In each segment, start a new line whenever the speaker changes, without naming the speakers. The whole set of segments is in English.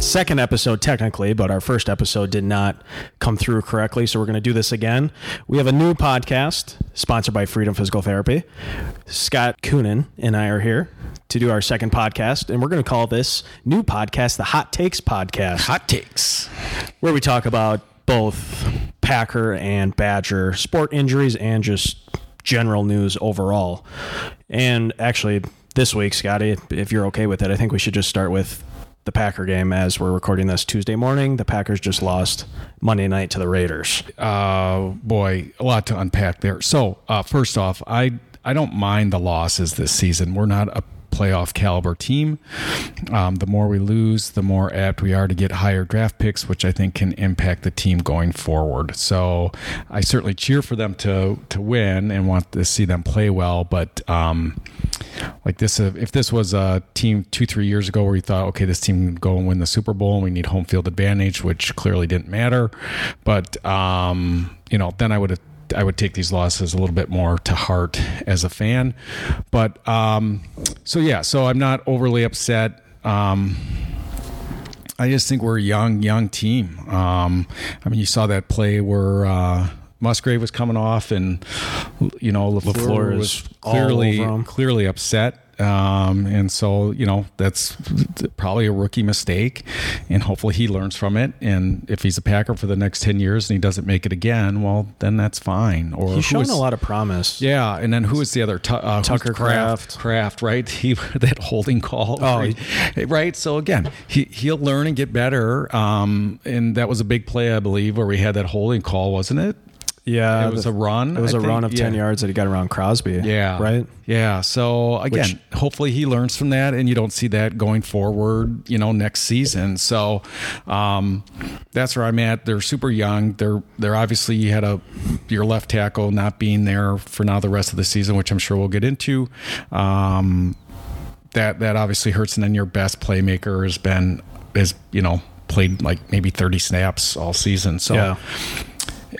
second episode technically, but our first episode did not come through correctly. So we're going to do this again. We have a new podcast sponsored by Freedom Physical Therapy. Scott Coonan and I are here to do our second podcast, and we're going to call this new podcast the Hot Takes Podcast,
Hot takes.
where we talk about both Packer and Badger sport injuries and just general news overall. And actually, this week, Scotty, if you're okay with it, I think we should just start with the Packer game as we're recording this Tuesday morning. The Packers just lost Monday night to the Raiders.
Uh, boy, a lot to unpack there. So, uh, first off, I I don't mind the losses this season. We're not a playoff caliber team. Um, the more we lose, the more apt we are to get higher draft picks, which I think can impact the team going forward. So, I certainly cheer for them to to win and want to see them play well, but. Um, like this uh, if this was a team two three years ago where we thought okay this team can go and win the super bowl and we need home field advantage which clearly didn't matter but um you know then i would have I would take these losses a little bit more to heart as a fan, but um, so yeah, so I'm not overly upset. Um, I just think we're a young, young team. Um, I mean, you saw that play where uh, Musgrave was coming off, and you know Lafleur,
LaFleur is
was
all
clearly
over him.
clearly upset. Um, and so, you know, that's probably a rookie mistake, and hopefully he learns from it. And if he's a Packer for the next 10 years and he doesn't make it again, well, then that's fine. Or who
He's shown
is-
a lot of promise.
yeah, and then who was the other Tu- uh, who's
Tucker
the Kraft? Kraft, right? He that holding call.
Oh,
right? right. So again, he he'll learn and get better. Um, and that was a big play, I believe, where we had that holding call, wasn't it?
Yeah,
It was
the-
a run,
It was
I
a
think.
run of ten
Yeah.
yards that he got around Crosby.
Yeah.
right.
Yeah. So again, hopefully he learns from that and you don't see that going forward, you know, next season. So um, that's where I'm at. They're super young. They're they're obviously you had a your left tackle not being there for now the rest of the season, which I'm sure we'll get into. Um, that that obviously hurts and then your best playmaker has been is, you know, played like maybe 30 snaps all season. So
Yeah.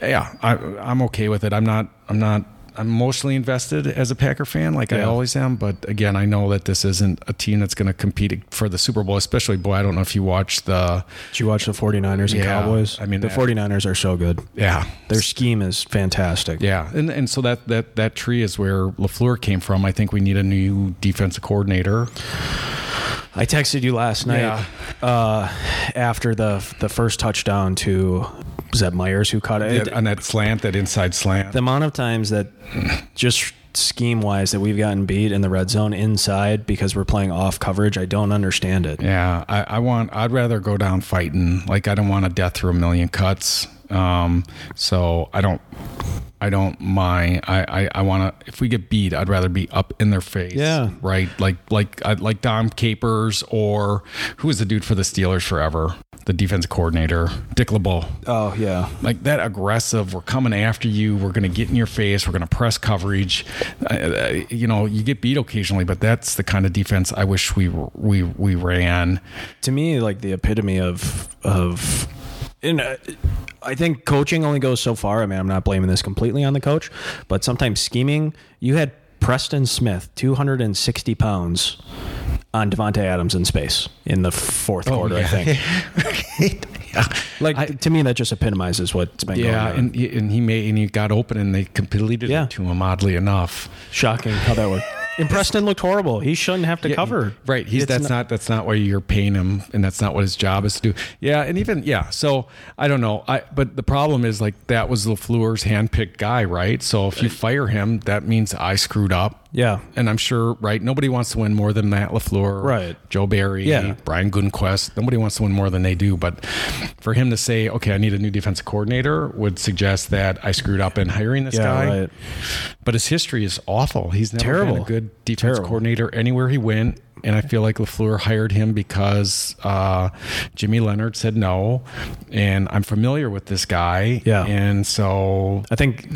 yeah, I, I'm okay with it. I'm not. I'm not. I'm emotionally invested as a Packer fan, like I
Yeah.
always am. But again, I know that this isn't a team that's going to compete for the Super Bowl. Especially, boy, I don't know if you watched the.
Did you watch the 49ers and
Yeah,
Cowboys?
I mean,
the
uh, that-
49ers are so good.
Yeah,
Their scheme is fantastic.
yeah, and and so that that that tree is where Lafleur came from. I think we need a new defensive coordinator.
I texted you last night uh, after the the first touchdown to was that Myers who caught it.
That- on that slant, that inside slant.
the amount of times that just scheme wise that we've gotten beat in the red zone inside because we're playing off coverage, I don't understand it.
Yeah, I, I want. I'd rather go down fighting. Like I don't want a death through a million cuts. Um, so I don't. I don't mind. I I, I want to. If we get beat, I'd rather be up in their face.
Yeah.
Right. Like like I, like Dom Capers or who was the dude for the Steelers forever? The defense coordinator, Dick LeBeau
Oh yeah.
like that aggressive we're coming after you we're going to get in your face we're going to press coverage uh, uh, you know you get beat occasionally but that's the kind of defense i wish we we we ran
to me like the epitome of of and uh, I think coaching only goes so far. I mean, I'm not blaming this completely on the coach, but sometimes scheming. You had Preston Smith, 260 pounds, on Devonte Adams in space in the fourth quarter. I
Oh, yeah.
think. Like to me, that just epitomizes what's been
yeah
going on.
and, he- and he made and he got open and they completed
Yeah.
it to him oddly enough
Shocking how that worked. and Preston looked horrible. He shouldn't have to cover.
Right. He's
It's
that's
not-
not, that's not why you're paying him and that's not what his job is to do. Yeah, and even yeah, so I don't know. I but the problem is like that was LaFleur's handpicked guy, right? So if you fire him, that means I screwed up.
Yeah.
And I'm sure, right, nobody wants to win more than Matt LaFleur,
Right.
Joe Barry,
Yeah.
Brian Gunquist. Nobody wants to win more than they do. But for him to say, Okay, I need a new defensive coordinator would suggest that I screwed up in hiring this
Yeah,
guy.
right.
But his history is awful. He's never
Terrible.
been a good defense
Terrible.
coordinator anywhere he went. And I feel like LaFleur hired him because uh, Jimmy Leonard said no. And I'm familiar with this guy.
Yeah.
And so,
I think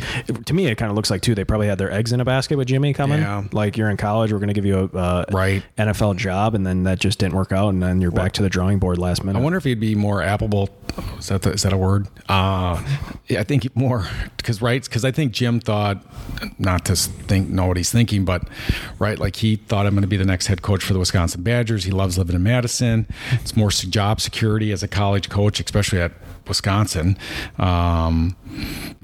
to me it kind of looks like too. They probably had their eggs in a basket with Jimmy coming.
Yeah.
Like you're in college, we're going to give you a uh,
Right.
NFL job, and then that just didn't work out, and then you're back to the drawing board last minute.
I wonder if he'd be more applicable is that the, is that a word? Uh, yeah, I think more because right because I think Jim thought not to think know what he's thinking, but right like he thought I'm going to be the next head coach for the Wisconsin Badgers. He loves living in Madison. It's more se- job security as a college coach, especially at Wisconsin. Um,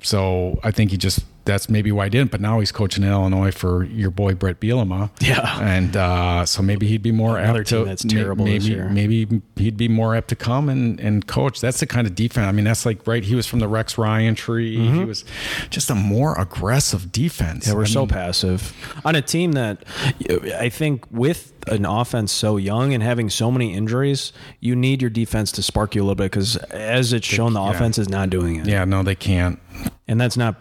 so I think he just that's maybe why he didn't. But now he's coaching in Illinois for your boy Brett Bielema.
Yeah.
and uh, so maybe he'd be more
Another
apt
team
to
that's
may-
terrible
Maybe
this year.
maybe he'd be more apt to come and, and coach. That's the kind of defense. I mean, that's like right. He was from the Rex Ryan tree. He was just a more aggressive defense.
Mm-hmm. Yeah, we're
I
so
mean,
passive on a team that I think with an offense so young and having so many injuries, you need your defense to spark you a little bit because as it's shown, the
yeah.
offense is not doing it,
yeah, no, they can't.
and that's not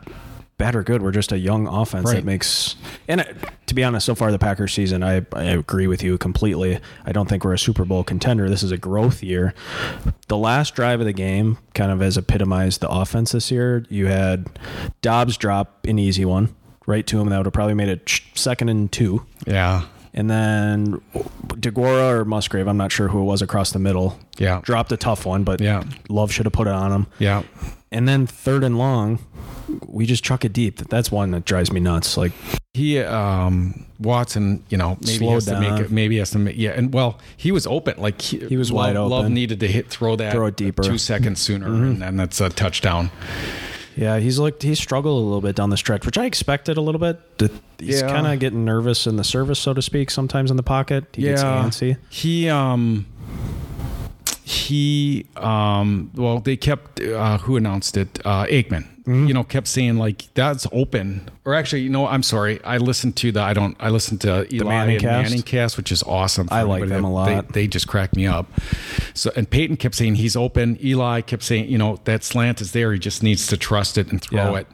bad or good. We're just a young offense
Right.
that makes. And uh, to be honest, so far the Packers season, I, I agree with you completely. I don't think we're a Super Bowl contender. This is a growth year. The last drive of the game kind of has epitomized the offense this year. You had Dobbs drop an easy one right to him that would have probably made it ch- second and two.
Yeah,
And then DeGuara or Musgrave, I'm not sure who it was across the middle,
yeah,
dropped a tough one, but
Yeah.
Love should have put it on him.
yeah.
And then third and long, we just chuck it deep. That's one that drives me nuts. Like,
He um Watson, you know, maybe
Slowed
has to make
down.
it. Maybe has to make yeah. And well, he was open. Like he,
He was wide
Love- Love
open.
needed to hit throw that
Throw it deeper. Mm-hmm.
two seconds sooner, and then that's a touchdown.
yeah, he's looked he struggled a little bit down the stretch, which I expected a little bit. Th- He's
Yeah.
kind of getting nervous in the service, so to speak. Sometimes in the pocket, he gets antsy.
He um he um well they kept uh who announced it uh aikman
Mm-hmm.
you know kept saying like that's open or actually you know i'm sorry i listened to the i don't i listened to Eli
Manning
and
cast?
manning cast which is awesome for
I like
anybody
them
that-
a lot.
they, they just crack me up so and peyton kept saying he's open eli kept saying you know that slant is there he just needs to trust it and throw
Yeah.
it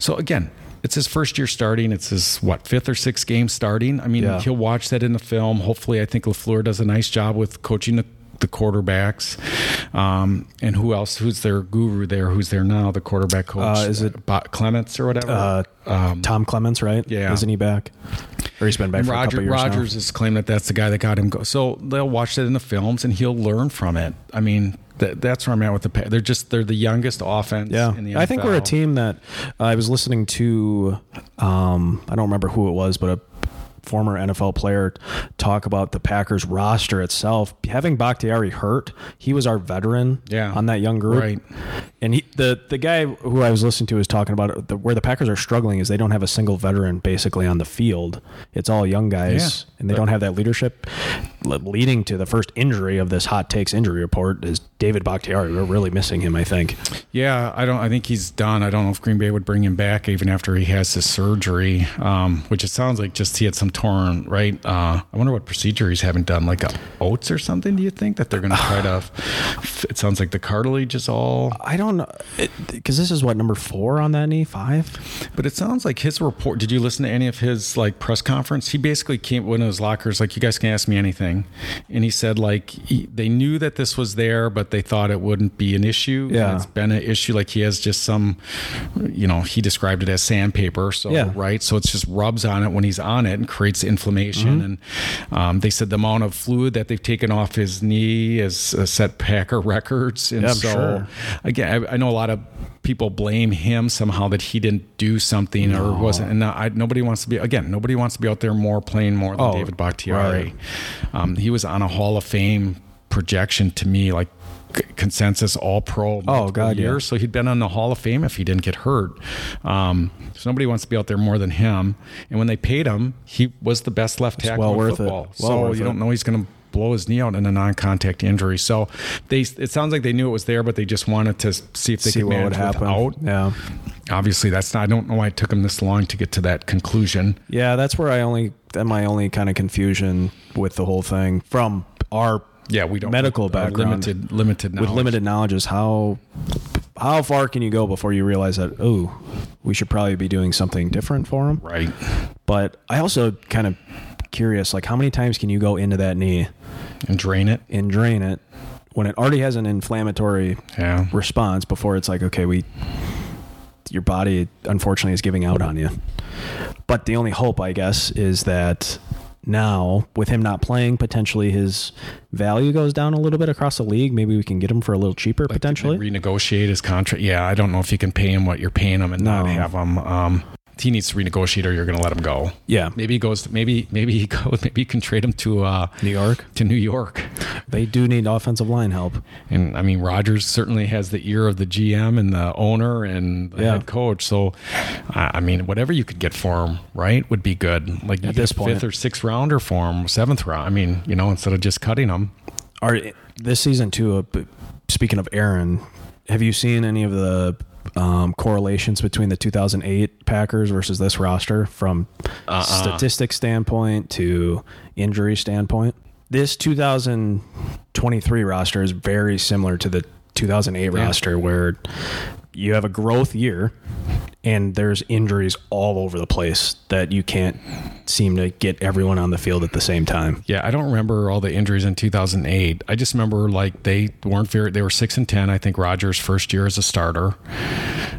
so again it's his first year starting. It's his what fifth or sixth game starting. I mean,
Yeah.
he'll watch that in the film. Hopefully, I think Lafleur does a nice job with coaching the, the quarterbacks. Um, and who else? Who's their guru there? Who's there now? The quarterback coach
Uh, is it-
Bo- Clements or whatever?
Uh, Tom Clements, right?
Um, yeah.
isn't he back? Or he's been back for a couple
Roger,
years now.
Rogers has claimed that that's the guy that got him go. So they'll watch that in the films and he'll learn from it. I mean, th- that's where I'm at with the. Pa- they're just they're the youngest offense.
Yeah,
in the
I think we're a
NFL.
team that uh, I was listening to. Um, I don't remember who it was, but a former NFL player talk about the Packers roster itself. Having Bakhtiari hurt, he was our veteran
Yeah.
on that young group,
Right.
And he, the the guy who I was listening to was talking about it, the, where the Packers are struggling is they don't have a single veteran basically on the field. It's all young guys,
Yeah.
and they don't have that leadership. Le- Leading to the first injury of this hot takes injury report is David Bakhtiari. We're really missing him, I think.
Yeah, I don't. I think he's done. I don't know if Green Bay would bring him back even after he has his surgery, um, which it sounds like just he had some torn right. Uh, I wonder what procedure he's having done, like a oats or something. Do you think that they're going to try to? It sounds like the cartilage is all.
I don't know because this is what number four on that knee, five.
But it sounds like his report. Did you listen to any of his like press conference? He basically came one of his lockers like, "You guys can ask me anything," and he said like he, they knew that this was there, but they thought it wouldn't be an issue. And
Yeah.
it's been an issue. Like he has just some, you know, he described it as sandpaper. So
Yeah.
right, so it's just rubs on it when he's on it and creates
Mm-hmm.
inflammation. And um, they said the amount of fluid that they've taken off his knee is uh, set Packer records. And
Yeah, I'm
so
sure.
again, I, I know a lot of people blame him somehow that he didn't do something or wasn't. And I, nobody wants to be again. Nobody wants to be out there more playing more than
Oh,
David Bakhtiari.
right.
Um, he was on a Hall of Fame projection to me, like c- consensus All Pro. multiple
Oh, God, yeah.
years. So he'd been on the Hall of Fame if he didn't get hurt. Um, so nobody wants to be out there more than him. And when they paid him, he was the best left tackle
well
in
worth it.
football.
Well
so
worth
you
it.
don't know he's going to blow his knee out in a non-contact injury. So they it sounds like they knew it was there, but they just wanted to see if they
See
could
what
manage
would happen.
without.
Yeah,
Obviously, that's not. I don't know why it took him this long to get to that conclusion.
yeah. That's where I only that my only kind of confusion with the whole thing from our
Yeah, we don't
Medical
uh,
background.
limited, limited knowledge.
with limited knowledge is how how far can you go before you realize that oh we should probably be doing something different for him.
right?
But I also kind of curious like how many times can you go into that knee
And drain it.
and drain it when it already has an inflammatory
Yeah,
response before it's like, okay, we, your body unfortunately is giving out on you. But the only hope, I guess, is that now with him not playing, potentially his value goes down a little bit across the league. Maybe we can get him for a little cheaper potentially.
renegotiate his contract. Yeah, I don't know if you can pay him what you're paying him and not
No.
have him. Um, he needs to renegotiate, or you're going to let him go.
yeah,
Maybe he goes. Maybe maybe he goes. Maybe you can trade him to uh,
New York.
to New York.
They do need offensive line help.
And I mean, Rogers certainly has the ear of the GM and the owner and the
Yeah.
head coach. So, I I mean, whatever you could get for him, right, would be good. Like you
At
get
this
a
point.
fifth or sixth rounder for him, seventh round. I mean, you know, instead of just cutting him.
Are this season too? Uh, b- speaking of Aaron, have you seen any of the um, correlations between the 2008 Packers versus this roster from Uh-uh. statistic standpoint to injury standpoint? This 2023 roster is very similar to the 2008 roster, where you have a growth year and there's injuries all over the place that you can't seem to get everyone on the field at the same time.
Yeah, I don't remember all the injuries in 2008. I just remember like they weren't very. They were six and ten. I think Rogers' first year as a starter,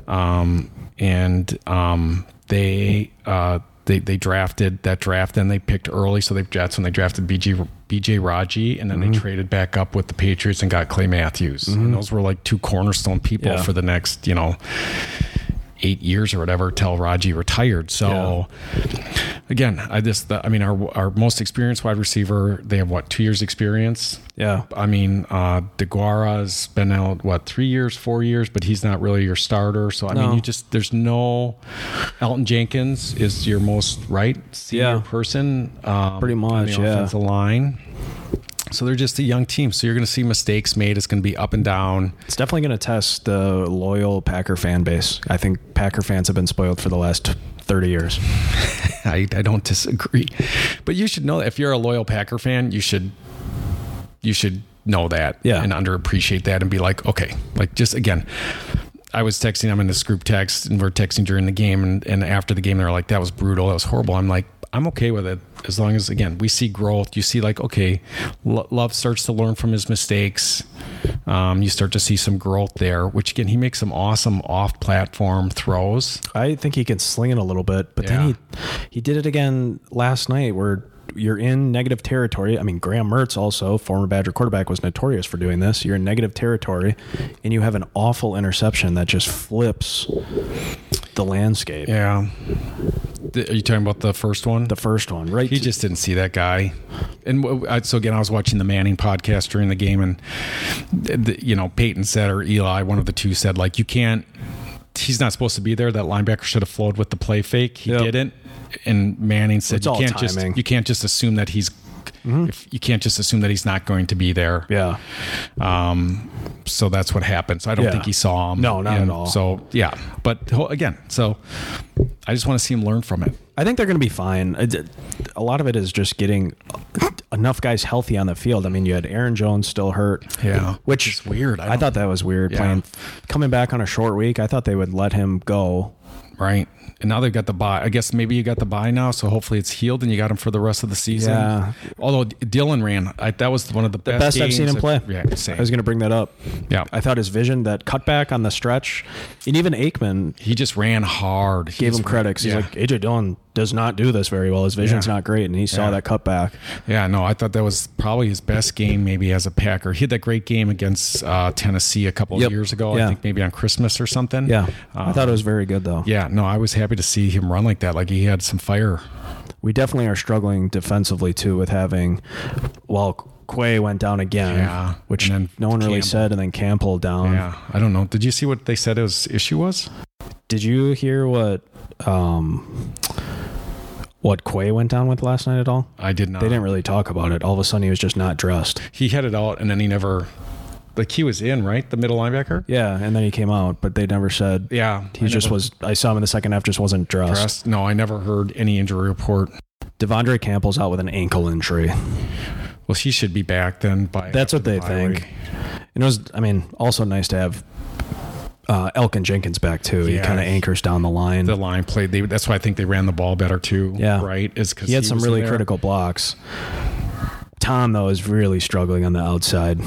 um, and um, they uh, they they drafted that draft. Then they picked early, so they that's when they drafted BG BJ Raji, and then they traded back up with the Patriots and got Clay Matthews. And those were like two cornerstone people
Yeah.
for the next you know eight years or whatever till Raji retired. So again, I just the, I mean our our most experienced wide receiver, they have what two years experience.
Yeah.
I mean, uh, DeGuara's been out what three years, four years, but he's not really your starter. So I
No.
mean, you just there's no. Elton Jenkins is your most right senior
Yeah.
person, um,
Pretty
on
much,
the
yeah.
offensive line. So they're just a young team. So you're going to see mistakes made. It's going to be up and down.
It's definitely going to test the loyal Packer fan base. I think Packer fans have been spoiled for the last 30 years.
I, I don't disagree, but you should know that if you're a loyal Packer fan, you should you should know that
Yeah.
and underappreciate that and be like, okay, like just again, I was texting them in this group text and we're texting during the game and, and after the game they're like, that was brutal, that was horrible. I'm like, I'm okay with it as long as again we see growth. You see like, okay, Lo- Love starts to learn from his mistakes. Um, you start to see some growth there, which again he makes some awesome off-platform throws.
I think he can sling it a little bit, but then he he did it again last night where you're in negative territory. I mean, Graham Mertz also, former Badger quarterback was notorious for doing this. You're in negative territory and you have an awful interception that just flips the landscape.
Yeah. The- Are you talking about the first one?
The first one, right?
he just didn't see that guy. And w- I- so again, I was watching the Manning podcast during the game, and th- th- you know, Peyton said or Eli, one of the two said, like, you can't. He's not supposed to be there. That linebacker should have flowed with the play fake. He
Yep.
didn't. And Manning said,
It's
you
all
can't
timing. Mm-hmm.
just you can't just assume that he's. If, you can't just assume that he's not going to be there.
yeah.
Um, so that's what happened. So I don't
Yeah.
think he saw him.
No, not at
And
all.
So yeah, but ho- again, so I just want to see him learn from it.
I think they're going to be fine. I did- A lot of it is just getting enough guys healthy on the field. I mean, you had Aaron Jones still hurt.
Yeah.
Which
It's weird. I
I, thought that was weird
Yeah.
playing coming back on a short week. I thought they would let him go.
Right. And now they've got the buy. I guess maybe you got the buy now, so hopefully it's healed and you got him for the rest of the season.
Yeah.
Although D- Dylan ran, I, that was one of the, best,
Best I've seen
games
him play.
I've- Yeah, same.
I was going to bring that up.
yeah.
I thought his vision, that cutback on the stretch, and even Aikman
he just ran hard. He
gave
just
him
ran-
credits. He's
yeah.
like, AJ Dillon does not do this very well. His vision's
Yeah.
not great, and he saw
Yeah.
that cutback.
Yeah, no, I thought that was probably his best game, maybe as a Packer. He had that great game against uh, Tennessee a couple
Yep.
of years ago.
Yeah.
I think maybe on Christmas or something.
Yeah, I
Uh,
thought it was very good though.
yeah, no, I was happy to see him run like that. Like he had some fire.
we definitely are struggling defensively too with having well Quay went down again,
Yeah,
which
and then
no one really
Campbell.
said, and then Campbell down.
Yeah, I don't know. Did you see what they said his issue was?
Did you hear what um what Quay went down with last night at all?
I did not.
They didn't really talk about it. All of a sudden, he was just not dressed.
he headed out and then he never like he was in right the middle linebacker
Yeah, and then he came out, but they never said.
yeah
He just was. I saw him in the second half. Just wasn't dressed.
pressed no i never heard any injury report
Devondre Campbell's out with an ankle injury.
well he should be back then by
That's
after
what
the
they
bye
think.
week.
And it was, I mean, also nice to have uh, Elkin Jenkins back too. He
Yeah.
kind of anchors down the line.
the line played they, that's why i think they ran the ball better too
Yeah.
right is because
he had some really critical blocks. Tom though is really struggling on the outside.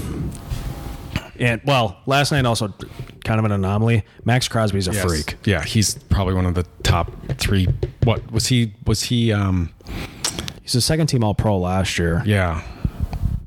And well, last night also kind of an anomaly. Max Crosby's a freak.
yeah he's probably one of the top three what was he was he um
He's a second team All Pro last year,
Yeah.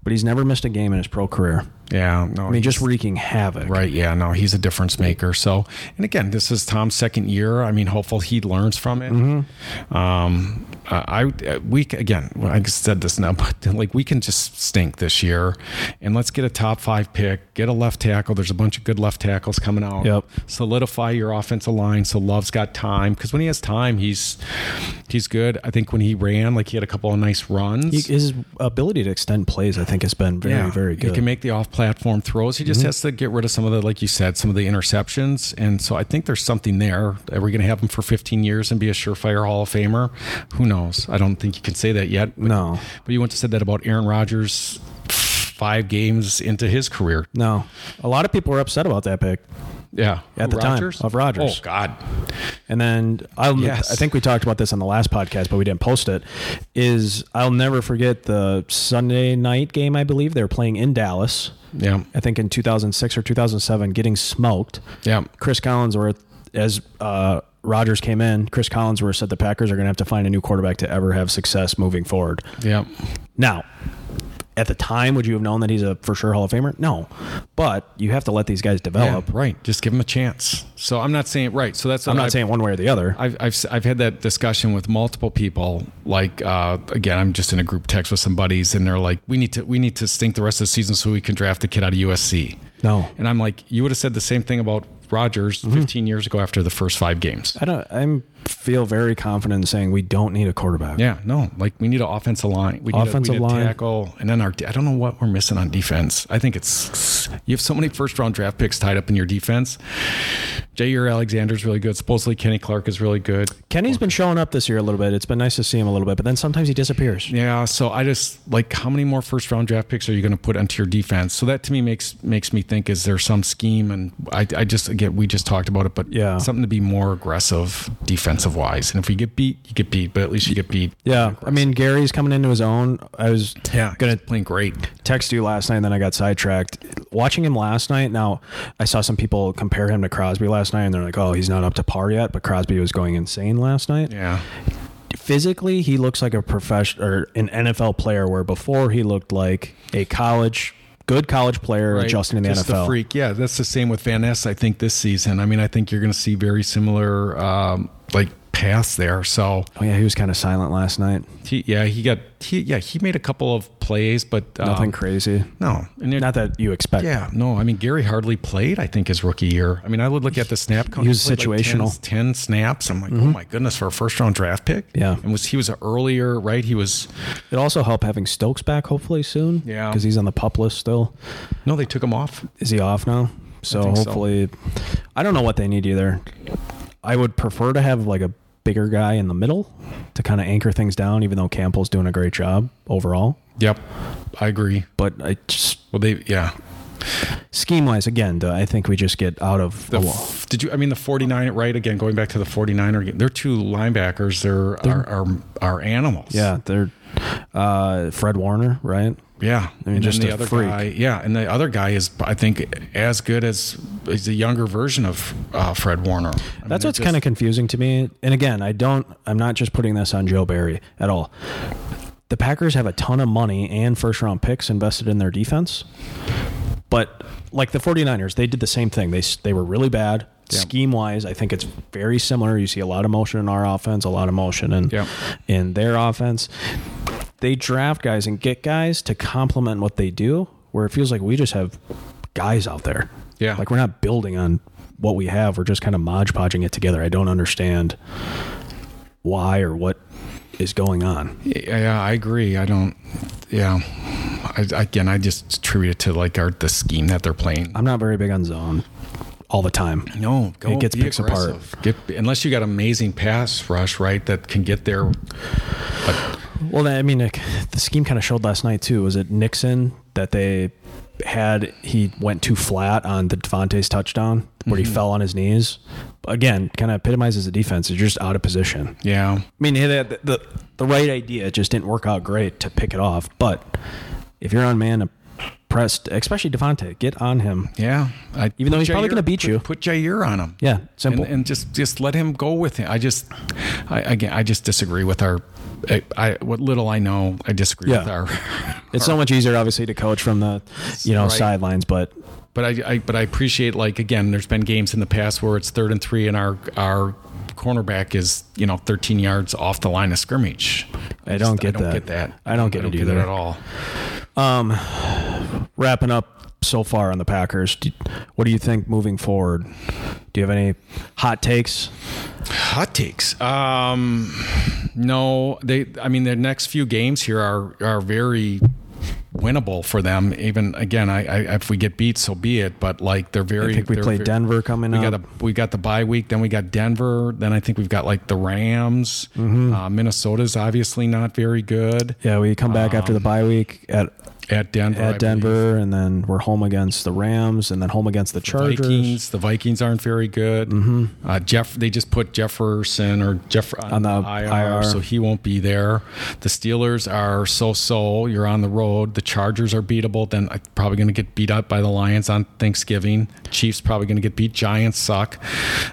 but he's never missed a game in his pro career.
Yeah. No.
I mean, just wreaking havoc.
Right. Yeah. No, he's a difference maker. So, and again, this is Tom's second year. I mean, hopeful he learns from it.
Mm-hmm.
Um, uh, I uh, we c- again, well, I said this now, but like we can just stink this year, and let's get a top five pick, get a left tackle. There's a bunch of good left tackles coming out.
Yep.
Solidify your offensive line. So Love's got time because when he has time, he's he's good. I think when he ran, like he had a couple of nice runs.
He, his ability to extend plays, I think, has been very, very
He
good. Mm-hmm.
can make the off-platform throws. He just has to get rid of some of the, like you said, some of the interceptions. And so I think there's something there. Are we going to have him for 15 years and be a surefire Hall of Famer? Who knows? I don't think you can say that yet. But,
No.
But you once said that about Aaron Rodgers five games into his career.
no, a lot of people were upset about that pick.
Yeah.
At the time of Rodgers.
Oh, God.
And then I'll,
Yes.
I think we talked about this on the last podcast, but we didn't post it. Is I'll never forget the Sunday night game. I believe they were playing in Dallas.
Yeah.
I think in 2006 or 2007, getting smoked.
Yeah.
Chris Collinsworth, as uh, Rodgers came in, Chris Collinsworth said the Packers are going to have to find a new quarterback to ever have success moving forward.
Yeah.
Now, at the time, would you have known that he's a for sure Hall of Famer? No, but you have to let these guys
Yeah,
develop.
right. Just give him a chance. So I'm not saying right. So that's
I'm not
I-
saying one way or the other.
I've, I've, I've had that discussion with multiple people. Like uh, again, I'm just in a group text with some buddies, and they're like, "We need to we need to stink the rest of the season so we can draft a kid out of USC."
no,
And I'm like, "You would have said the same thing about Rodgers
Mm-hmm.
15 years ago after the first five games."
I don't. I feel very confident in saying we don't need a quarterback.
Yeah, no, like we need an offensive line, we need
Offensive
a, we need
line.
a tackle, and then our I don't know what we're missing on defense. I think it's you have so many first round draft picks tied up in your defense. Jair Alexander's really good. Supposedly Kenny Clark is really good.
Kenny's been showing up this year a little bit. It's been nice to see him a little bit, but then sometimes he disappears.
Yeah, so I just like how many more first round draft picks are you going to put onto your defense? So that to me makes makes me think is there some scheme and I, I just again we just talked about it, but
Yeah.
something to be more aggressive defensive wise. And if we get beat, you get beat, but at least you get beat.
Yeah, I mean Gary's coming into his own. I was
gonna
gonna
playing great.
text you last night, and then I got sidetracked. Watching him last night, now I saw some people compare him to Crosby last night, and they're like, "Oh, he's not up to par yet." But Crosby was going insane last night.
Yeah,
Physically, he looks like a professional or an NFL player, where before he looked like a college, good college player adjusting to the
Just
NFL.
freak. Yeah, that's the same with Van Ness. I think this season. I mean, I think you're going to see very similar um, like paths there. So
Oh yeah, he was kind of silent last night.
he, yeah, he got he, yeah he made a couple of plays, but um,
Nothing crazy.
No, and it-
Not that you expect.
Yeah, no, I mean Gary hardly played. I think his rookie year. I mean, I would look at the snap count.
He was
played like
situational. Mm-hmm.
10, 10 snaps. I'm like, oh my goodness, for a first round draft pick.
Yeah.
and was he was earlier, right? He was.
It also helped having Stokes back hopefully soon.
Yeah.
because he's on the pup list still.
No, they took him off.
Is he off now? So
think so.
hopefully, I don't know what they need either. I would prefer to have like a bigger guy in the middle to kind of anchor things down, even though Campbell's doing a great job overall.
Yep, I agree.
But I just
Well, they yeah.
scheme wise, again, I think we just get out of the
The
wall.
f- did you? I mean, the 49 right again. Going back to the 49er, game, they're two linebackers. They're, are, are are animals.
Yeah, they're uh, Fred Warner, right?
Yeah, I
mean, just
the
a
other
freak.
guy. Yeah, and the other guy is, I think, as good as is a younger version of uh, Fred Warner. I
That's
mean,
what's
they're
kind
just-
of confusing to me. And again, I don't. I'm not just putting this on Joe Barry at all. The Packers have a ton of money and first round picks invested in their defense. But like the 49ers, they did the same thing. They s- they were really bad
Yeah.
scheme wise. I think it's very similar. You see a lot of motion in our offense, a lot of motion in
Yeah.
in their offense. They draft guys and get guys to complement what they do. Where it feels like we just have guys out there.
Yeah.
Like we're not building on what we have. We're just kind of modge podging it together. I don't understand why or what is going on.
Yeah, yeah, I agree. I don't. Yeah, I, again, I just attribute it to like our the scheme that they're playing.
I'm not very big on zone all the time.
No, go
It gets
be
picks apart.
aggressive. Get, unless you got amazing pass rush, right? That can get there. But
Well, I mean, like, the scheme kind of showed last night too. Was it Nixon that they had? He went too flat on the Devontae's touchdown where he fell on his knees. Again, kind of epitomizes the defense. You're just out of position.
yeah,
I mean, they had the, the the right idea it just didn't work out great to pick it off. But if you're on man pressed, especially Devontae. Get on him.
Yeah, I,
Even though he's
put
probably
Jair-
gonna beat
put-
you.
Put Jair on him.
Yeah, simple.
and, and just just let him go with him. I just, I again, I just disagree with our. I, I what little I know, I disagree
Yeah.
with our.
it's so much easier, obviously, to coach from the you know
Right.
sidelines, but
But I, I but I appreciate like again, there's been games in the past where it's third and three, and our our cornerback is you know 13 yards off the line of scrimmage.
I don't
just-
get
I don't
that.
get that.
I don't get it either.
at all.
wrapping up so far on the Packers, do, what do you think moving forward? Do you have any hot takes?
Hot takes. Um, no, they. I mean, the next few games here are are very winnable for them. Even again, I, I if we get beat, so be it. But like they're very.
I think we
they're
play
ve-
Denver coming
We
up.
got a we got the bye week. Then we got Denver. Then I think we've got like the Rams.
Mm-hmm.
Uh, Minnesota's obviously not very good
yeah, we come back after the bye week at
at Denver. um, I
at
believe.
Denver, and then we're home against the Rams, and then home against the Chargers. Mm-hmm.
Vikings. The Vikings aren't very good. Uh, Jeff, they just put Jefferson or Jeff uh,
On the IR.
so he won't be there. The Steelers are so-so. You're on the road. The Chargers are beatable. Then I'm probably going to get beat up by the Lions on Thanksgiving. Chiefs probably going to get beat. Giants suck.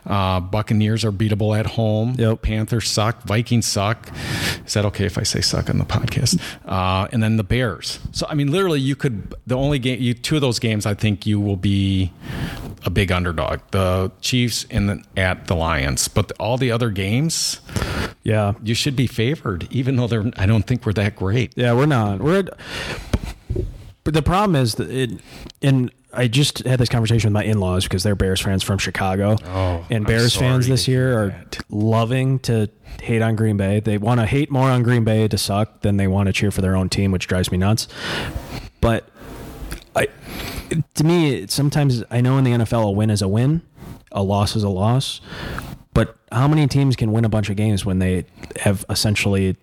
Uh, Buccaneers are beatable at home.
Yep.
Panthers suck. Vikings suck. Is that okay if I say suck on the podcast? Uh, and then the Bears. So I mean, literally, you could the only game, you two of those games, I think you will be a big underdog. The Chiefs and the, at the Lions, but all the other games,
Yeah,
you should be favored, even though they're. I don't think we're that great.
yeah, we're not. We're. But the problem is that it, and I just had this conversation with my in-laws because they're Bears fans from Chicago,
Oh, I'm
and Bears
sorry
fans this
to
year
hear
are
that.
loving to hate on Green Bay. They want to hate more on Green Bay to suck than they want to cheer for their own team, which drives me nuts. But I, to me, it- sometimes I know in the NFL a win is a win, a loss is a loss. But how many teams can win a bunch of games when they have essentially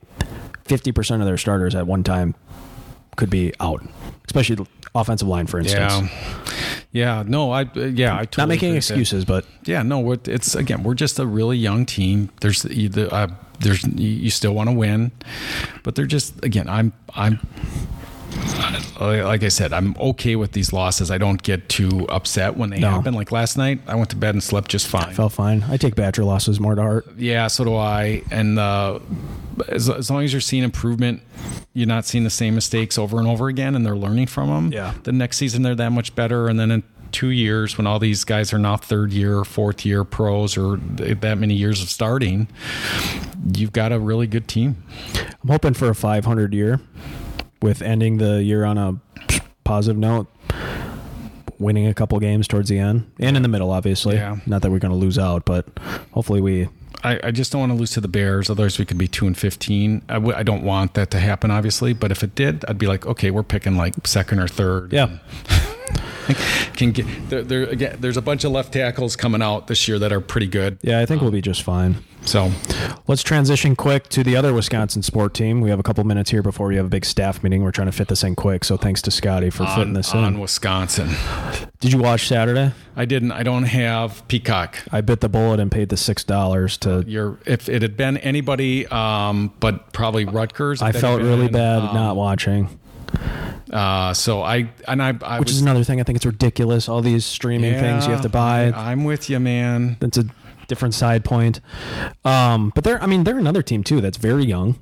fifty percent of their starters at one time could be out, especially the offensive line, for instance.
Yeah, yeah. No, I. uh, Yeah, I. Totally
Not making
agree with that.
excuses, but
yeah, no, what- it's again, we're just a really young team. There's either uh, there's you you still want to win, but they're just again, I'm I'm like I said, I'm okay with these losses. I don't get too upset when they
No.
happen. Like last night, I went to bed and slept just fine.
felt fine. I take Badger losses more to heart.
Yeah, so do I. And uh, as, as long as you're seeing improvement, you're not seeing the same mistakes over and over again, and they're learning from them.
Yeah.
The next season they're that much better, and then in two years, when all these guys are now third year, fourth year pros, or th- that many years of starting, you've got a really good team.
I'm hoping for a 500 year with ending the year on a positive note, winning a couple games towards the end and in the middle, obviously.
Yeah.
Not that we're going to lose out, but hopefully we.
I, I just don't want to lose to the Bears. Otherwise, we could be two and fifteen. I w- I don't want that to happen, obviously. But if it did, I'd be like, okay, we're picking like second or third.
Yeah.
can get there, there again there's a bunch of left tackles coming out this year that are pretty good
Yeah, I think we'll be just fine.
so
Let's transition quick to the other Wisconsin sport team. We have a couple minutes here before we have a big staff meeting. We're trying to fit this in quick, so thanks to Scotty for fitting
on,
this
on
in.
wisconsin
Did you watch Saturday?
i didn't i don't have peacock
I bit the bullet and paid the six dollars to.
You're, if it had been anybody um, but probably rutgers
I
if that
felt
had
really
been,
bad
um,
not watching,
uh, so i and i, I
which
was,
is another thing. I think it's ridiculous. All these streaming things you have to buy.
i'm with you man
that's a different side point. Um, but they're, I mean, they're another team too that's very young,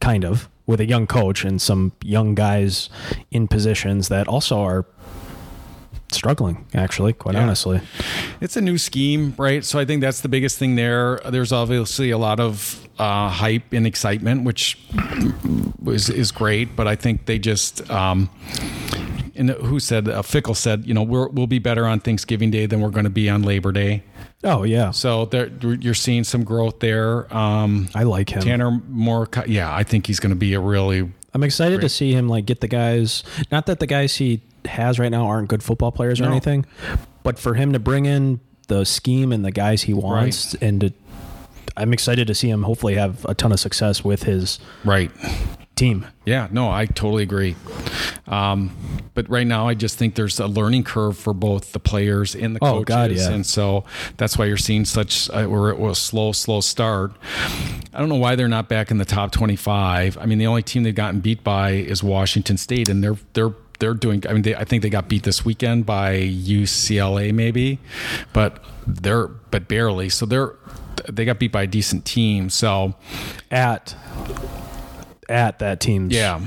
kind of, with a young coach and some young guys in positions that also are struggling. Actually, quite
Yeah.
honestly,
It's a new scheme, right? So I think that's the biggest thing there. There's obviously a lot of uh, hype and excitement, which is, is great, but I think they just. Um, and who said uh, Fickle said, you know, we're, we'll be better on Thanksgiving Day than we're going to be on Labor Day.
oh yeah,
So there, you're seeing some growth there. Um,
I like him.
Tanner Moore, yeah, I think he's going to be a really
I'm excited to see him like get the guys. Not that the guys he has right now aren't good football players or
No.
anything, but for him to bring in the scheme and the guys he wants, and to, I'm excited to see him hopefully have a ton of success with his
right.
team.
Yeah, no, I totally agree. Um, but right now, I just think there's a learning curve for both the players and the
Oh,
coaches,
God, yeah.
and so that's why you're seeing such uh, or it was slow, slow start. I don't know why they're not back in the top 25. I mean, the only team they've gotten beat by is Washington State, and they're they're they're doing. I mean, they, I think they got beat this weekend by UCLA, maybe, but they're but barely. So they're they got beat by a decent team. So
at at that team's
yeah.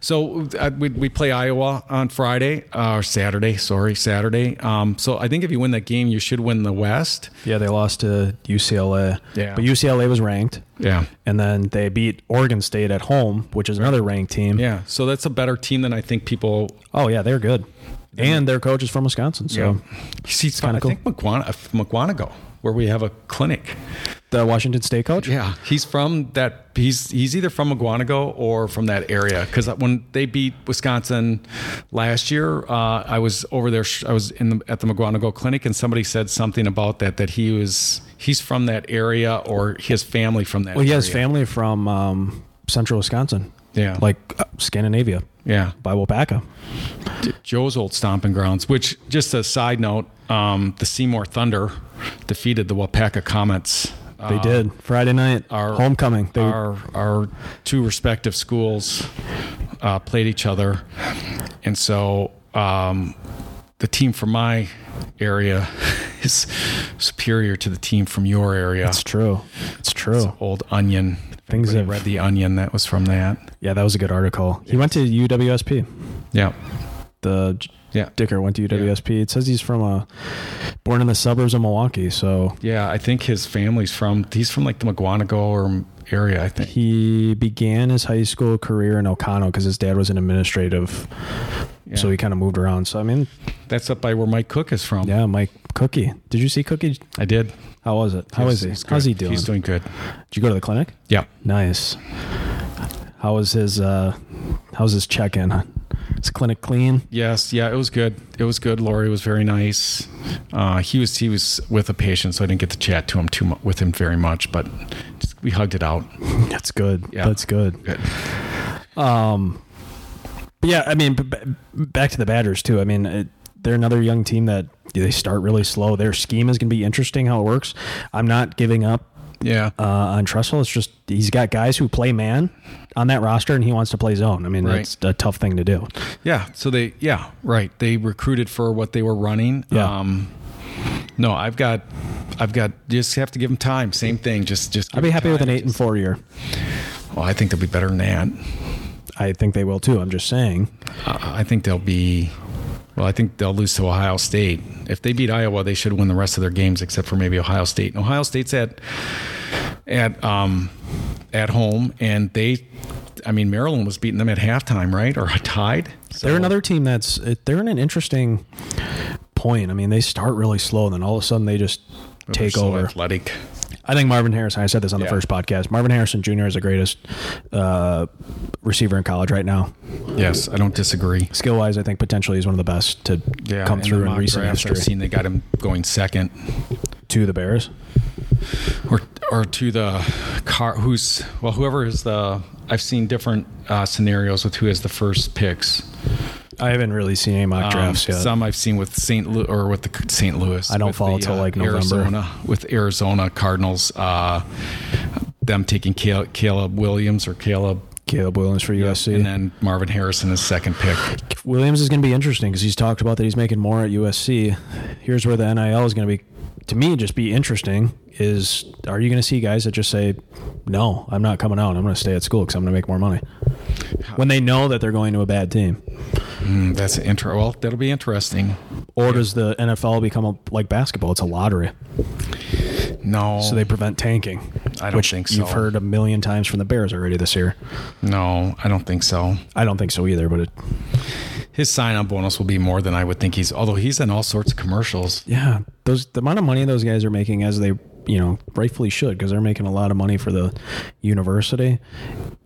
So uh, we, we play Iowa on Friday uh, or Saturday. Sorry, Saturday. Um, so I think if you win that game, you should win the West.
Yeah, they lost to UCLA.
Yeah.
But UCLA was ranked.
Yeah.
And then they beat Oregon State at home, which is another ranked team.
Yeah. So that's a better team than I think people.
Oh yeah, they're good. And their coach is from Wisconsin. So
You see, it's
kinda
um, I think McGuana, McGuanago, where we have a clinic.
the Washington State coach?
Yeah, he's from that. He's he's either from Maguanago or from that area. Because when they beat Wisconsin last year, uh, I was over there. sh- I was in the, at the Maguanago clinic, and somebody said something about that. That he was he's from that area or his family from that.
Well, he
area.
has family from um, central Wisconsin.
Yeah.
Like uh, Scandinavia
Yeah,
by Wapaka.
Joe's old stomping grounds. Which, just a side note, um, the Seymour Thunder defeated the Wapaka Comets.
They did. Friday night,
Uh, our
homecoming. They,
our our two respective schools uh, played each other, and so um, the team from my area is superior to the team from your area.
it's true. It's true.
Old Onion.
Things
Everybody
have-
read the Onion. That was from that.
yeah, that was a good article. He went to UWSP.
Yeah,
The J-
yeah,
Dicker went to UWSP. It says he's from a born in the suburbs of Milwaukee. So
yeah. I think his family's from. He's from like the McGuanago or area. I think.
he began his high school career in Ocano because his dad was an administrative. So
Yeah.
he kind of moved around. So I mean,
That's up by where Mike Cook is from.
yeah, Mike Cookie. Did you see Cookie?
I did.
How was it? How is he?
He's good.
How's he doing?
He's doing good.
Did you go to the clinic?
Yeah.
Nice. How was his uh how's his check in? Is clinic clean?
Yes, yeah, it was good. It was good. Lori was very nice. Uh, he was he was with a patient, so I didn't get to chat to him too mu- with him very much, but just, we hugged it out.
That's good.
Yeah.
That's good. Um,
Good.
But yeah, I mean, b- b- back to the Badgers too. I mean, it, they're another young team that they start really slow. Their scheme is going to be interesting how it works. I'm not giving up
Yeah,
uh, on Tressel. It's just he's got guys who play man on that roster, and he wants to play zone. I mean,
Right.
that's a tough thing to do.
yeah. So they yeah right. They recruited for what they were running.
Yeah.
Um, no, I've got, I've got. Just have to give them time. Same thing. Just just.
I'd be happy with an eight and four year.
Oh, I think they'll be better than that.
I think they will too. I'm just saying.
Uh, I think they'll be. Well, I think they'll lose to Ohio State. If they beat Iowa, they should win the rest of their games except for maybe Ohio State. And Ohio State's at at um at home, and they, I mean, Maryland was beating them at halftime, right, or tied. So,
They're another team that's it- they're in an interesting point. I mean, they start really slow, and then all of a sudden they just
they're
take
so
over.
athletic.
I think Marvin Harrison. I said this on the
Yeah.
first podcast. Marvin Harrison Jr. is the greatest uh, receiver in college right now.
Yes, I don't disagree.
Skill wise, I think potentially he's one of the best to come
the
through in
mock
recent
drafts, I've
history
seen they got him going second,
to the Bears.
or or to the car who's well whoever is the. I've seen different uh, scenarios with who has the first picks.
I haven't really seen any mock
Um,
drafts yet.
Some I've seen with St. Lu- or with the St. Louis.
I don't
with uh,
follow till, like, November.
Arizona with Arizona Cardinals. Uh, them taking Cal- Caleb Williams or Caleb,
Caleb Williams for USC.
and then Marvin Harrison is second pick.
Williams is going to be interesting because he's talked about that he's making more at USC. Here's where the NIL is going to be, to me, just be interesting. Is are you going to see guys that just say, "No, I'm not coming out. I'm going to stay at school because I'm going to make more money," when they know that they're going to a bad team,
Hmm, that's intro. Well, that'll be interesting.
or does the NFL become a, like basketball? It's a lottery,
No,
so they prevent tanking.
I don't
which
think
You've
so.
heard a million times from the Bears already this year.
no, I don't think so.
I don't think so either, but it,
His sign-on bonus will be more than I would think he's. Although he's in all sorts of commercials.
yeah, those the amount of money those guys are making as they you know rightfully should because they're making a lot of money for the university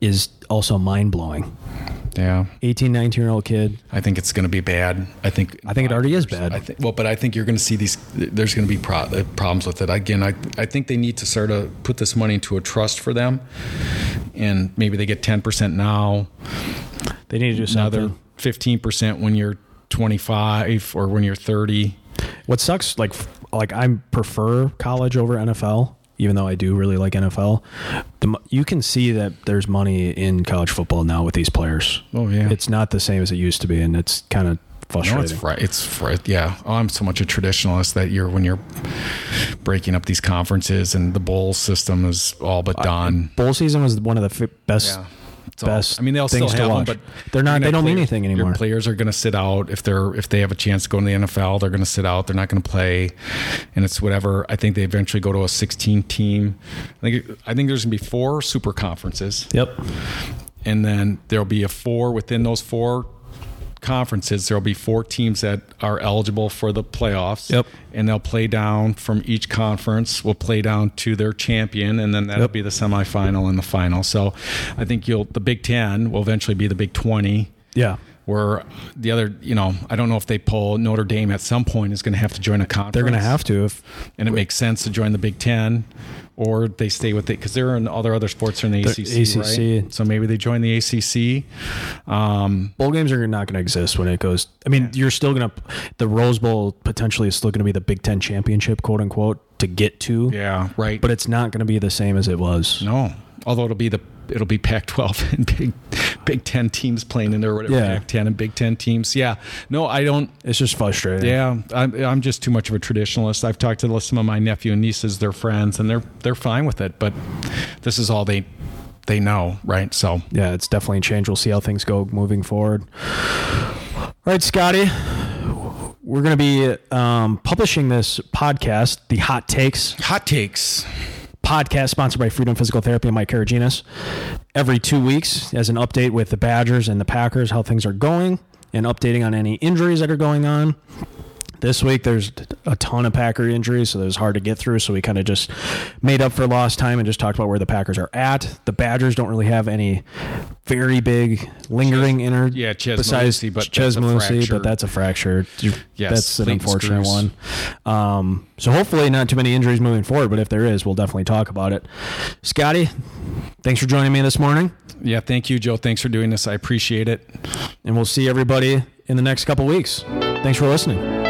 is also mind blowing.
Yeah,
18, 19 year old kid.
I think it's going to be bad. I think.
I think it already is bad.
I think well, but I think you're going to see these. There's going to be pro- uh, problems with it again. I I think they need to sort of put this money into a trust for them, and maybe they get ten percent now,
they need to do something.
another fifteen percent when you're twenty five or when you're thirty.
What sucks, like f- like I prefer college over NFL. even though I do really like NFL, the, mo- you can see that there's money in college football now with these players.
Oh, yeah.
It's not the same as it used to be, and it's kind of frustrating.
No, it's fr- it's fr- yeah. Oh, I'm so much a traditionalist that you're when you're breaking up these conferences and the bowl system is all but done.
Bowl season was one of the f- best.
yeah. It's all-
Best.
I mean, they'll still
things
have
to
them,
watch.
but
they're
you're
not. They
gonna
don't mean
play-
anything
Your
anymore.
players are going to sit out if they're if they have a chance to go into the NFL, they're going to sit out. They're not going to play, and it's whatever. I think they eventually go to a 16 team. I think I think there's going to be four super conferences.
Yep.
and then there'll be a four within those four conferences there'll be four teams that are eligible for the playoffs
Yep.
and they'll play down from each conference will play down to their champion and then that'll
Yep.
be the semifinal and the final so i think you'll the big 10 will eventually be the big 20
Yeah.
where the other you know i don't know if they pull notre dame at some point is going to have to join a conference
They're going to have to if
and it makes sense to join the Big Ten, or they stay with it because they're in all their other sports are in the
The
ACC,
ACC.
right? So maybe they join the ACC. Um,
bowl games are not going to exist when it goes. I mean, you're still going to the Rose Bowl potentially is still going to be the Big Ten championship, quote unquote, to get to.
yeah, right.
But it's not going to be the same as it was.
no, although it'll be the it'll be Pac-12 and Big Big Ten teams playing in there, whatever.
Yeah.
Pac-10 and Big Ten teams. Yeah. No, I don't.
It's just frustrating.
Yeah, I'm, I'm just too much of a traditionalist. I've talked to some of my nephew and nieces, their friends, and they're they're fine with it. But this is all they they know, right? So
Yeah, it's definitely a change. We'll see how things go moving forward. All right, Scotty. We're going to be um, publishing this podcast, the Hot Takes
hot takes.
podcast sponsored by Freedom Physical Therapy and Mike Karaginas every two weeks as an update with the Badgers and the Packers, how things are going, and updating on any injuries that are going on. This week, there's a ton of Packer injuries, so that was hard to get through. So we kind of just made up for lost time and just talked about where the Packers are at. The Badgers don't really have any very big lingering inner.
yeah, Ches
besides
Malusi, but
Ches
that's a
Malusi,
fracture.
but that's a fracture.
Yes,
that's an
clean
unfortunate
screws.
one. Um, so hopefully not too many injuries moving forward, but if there is, we'll definitely talk about it. Scotty, thanks for joining me this morning,
Yeah, thank you, Joe. Thanks for doing this. I appreciate it.
and we'll see everybody in the next couple weeks. Thanks for listening.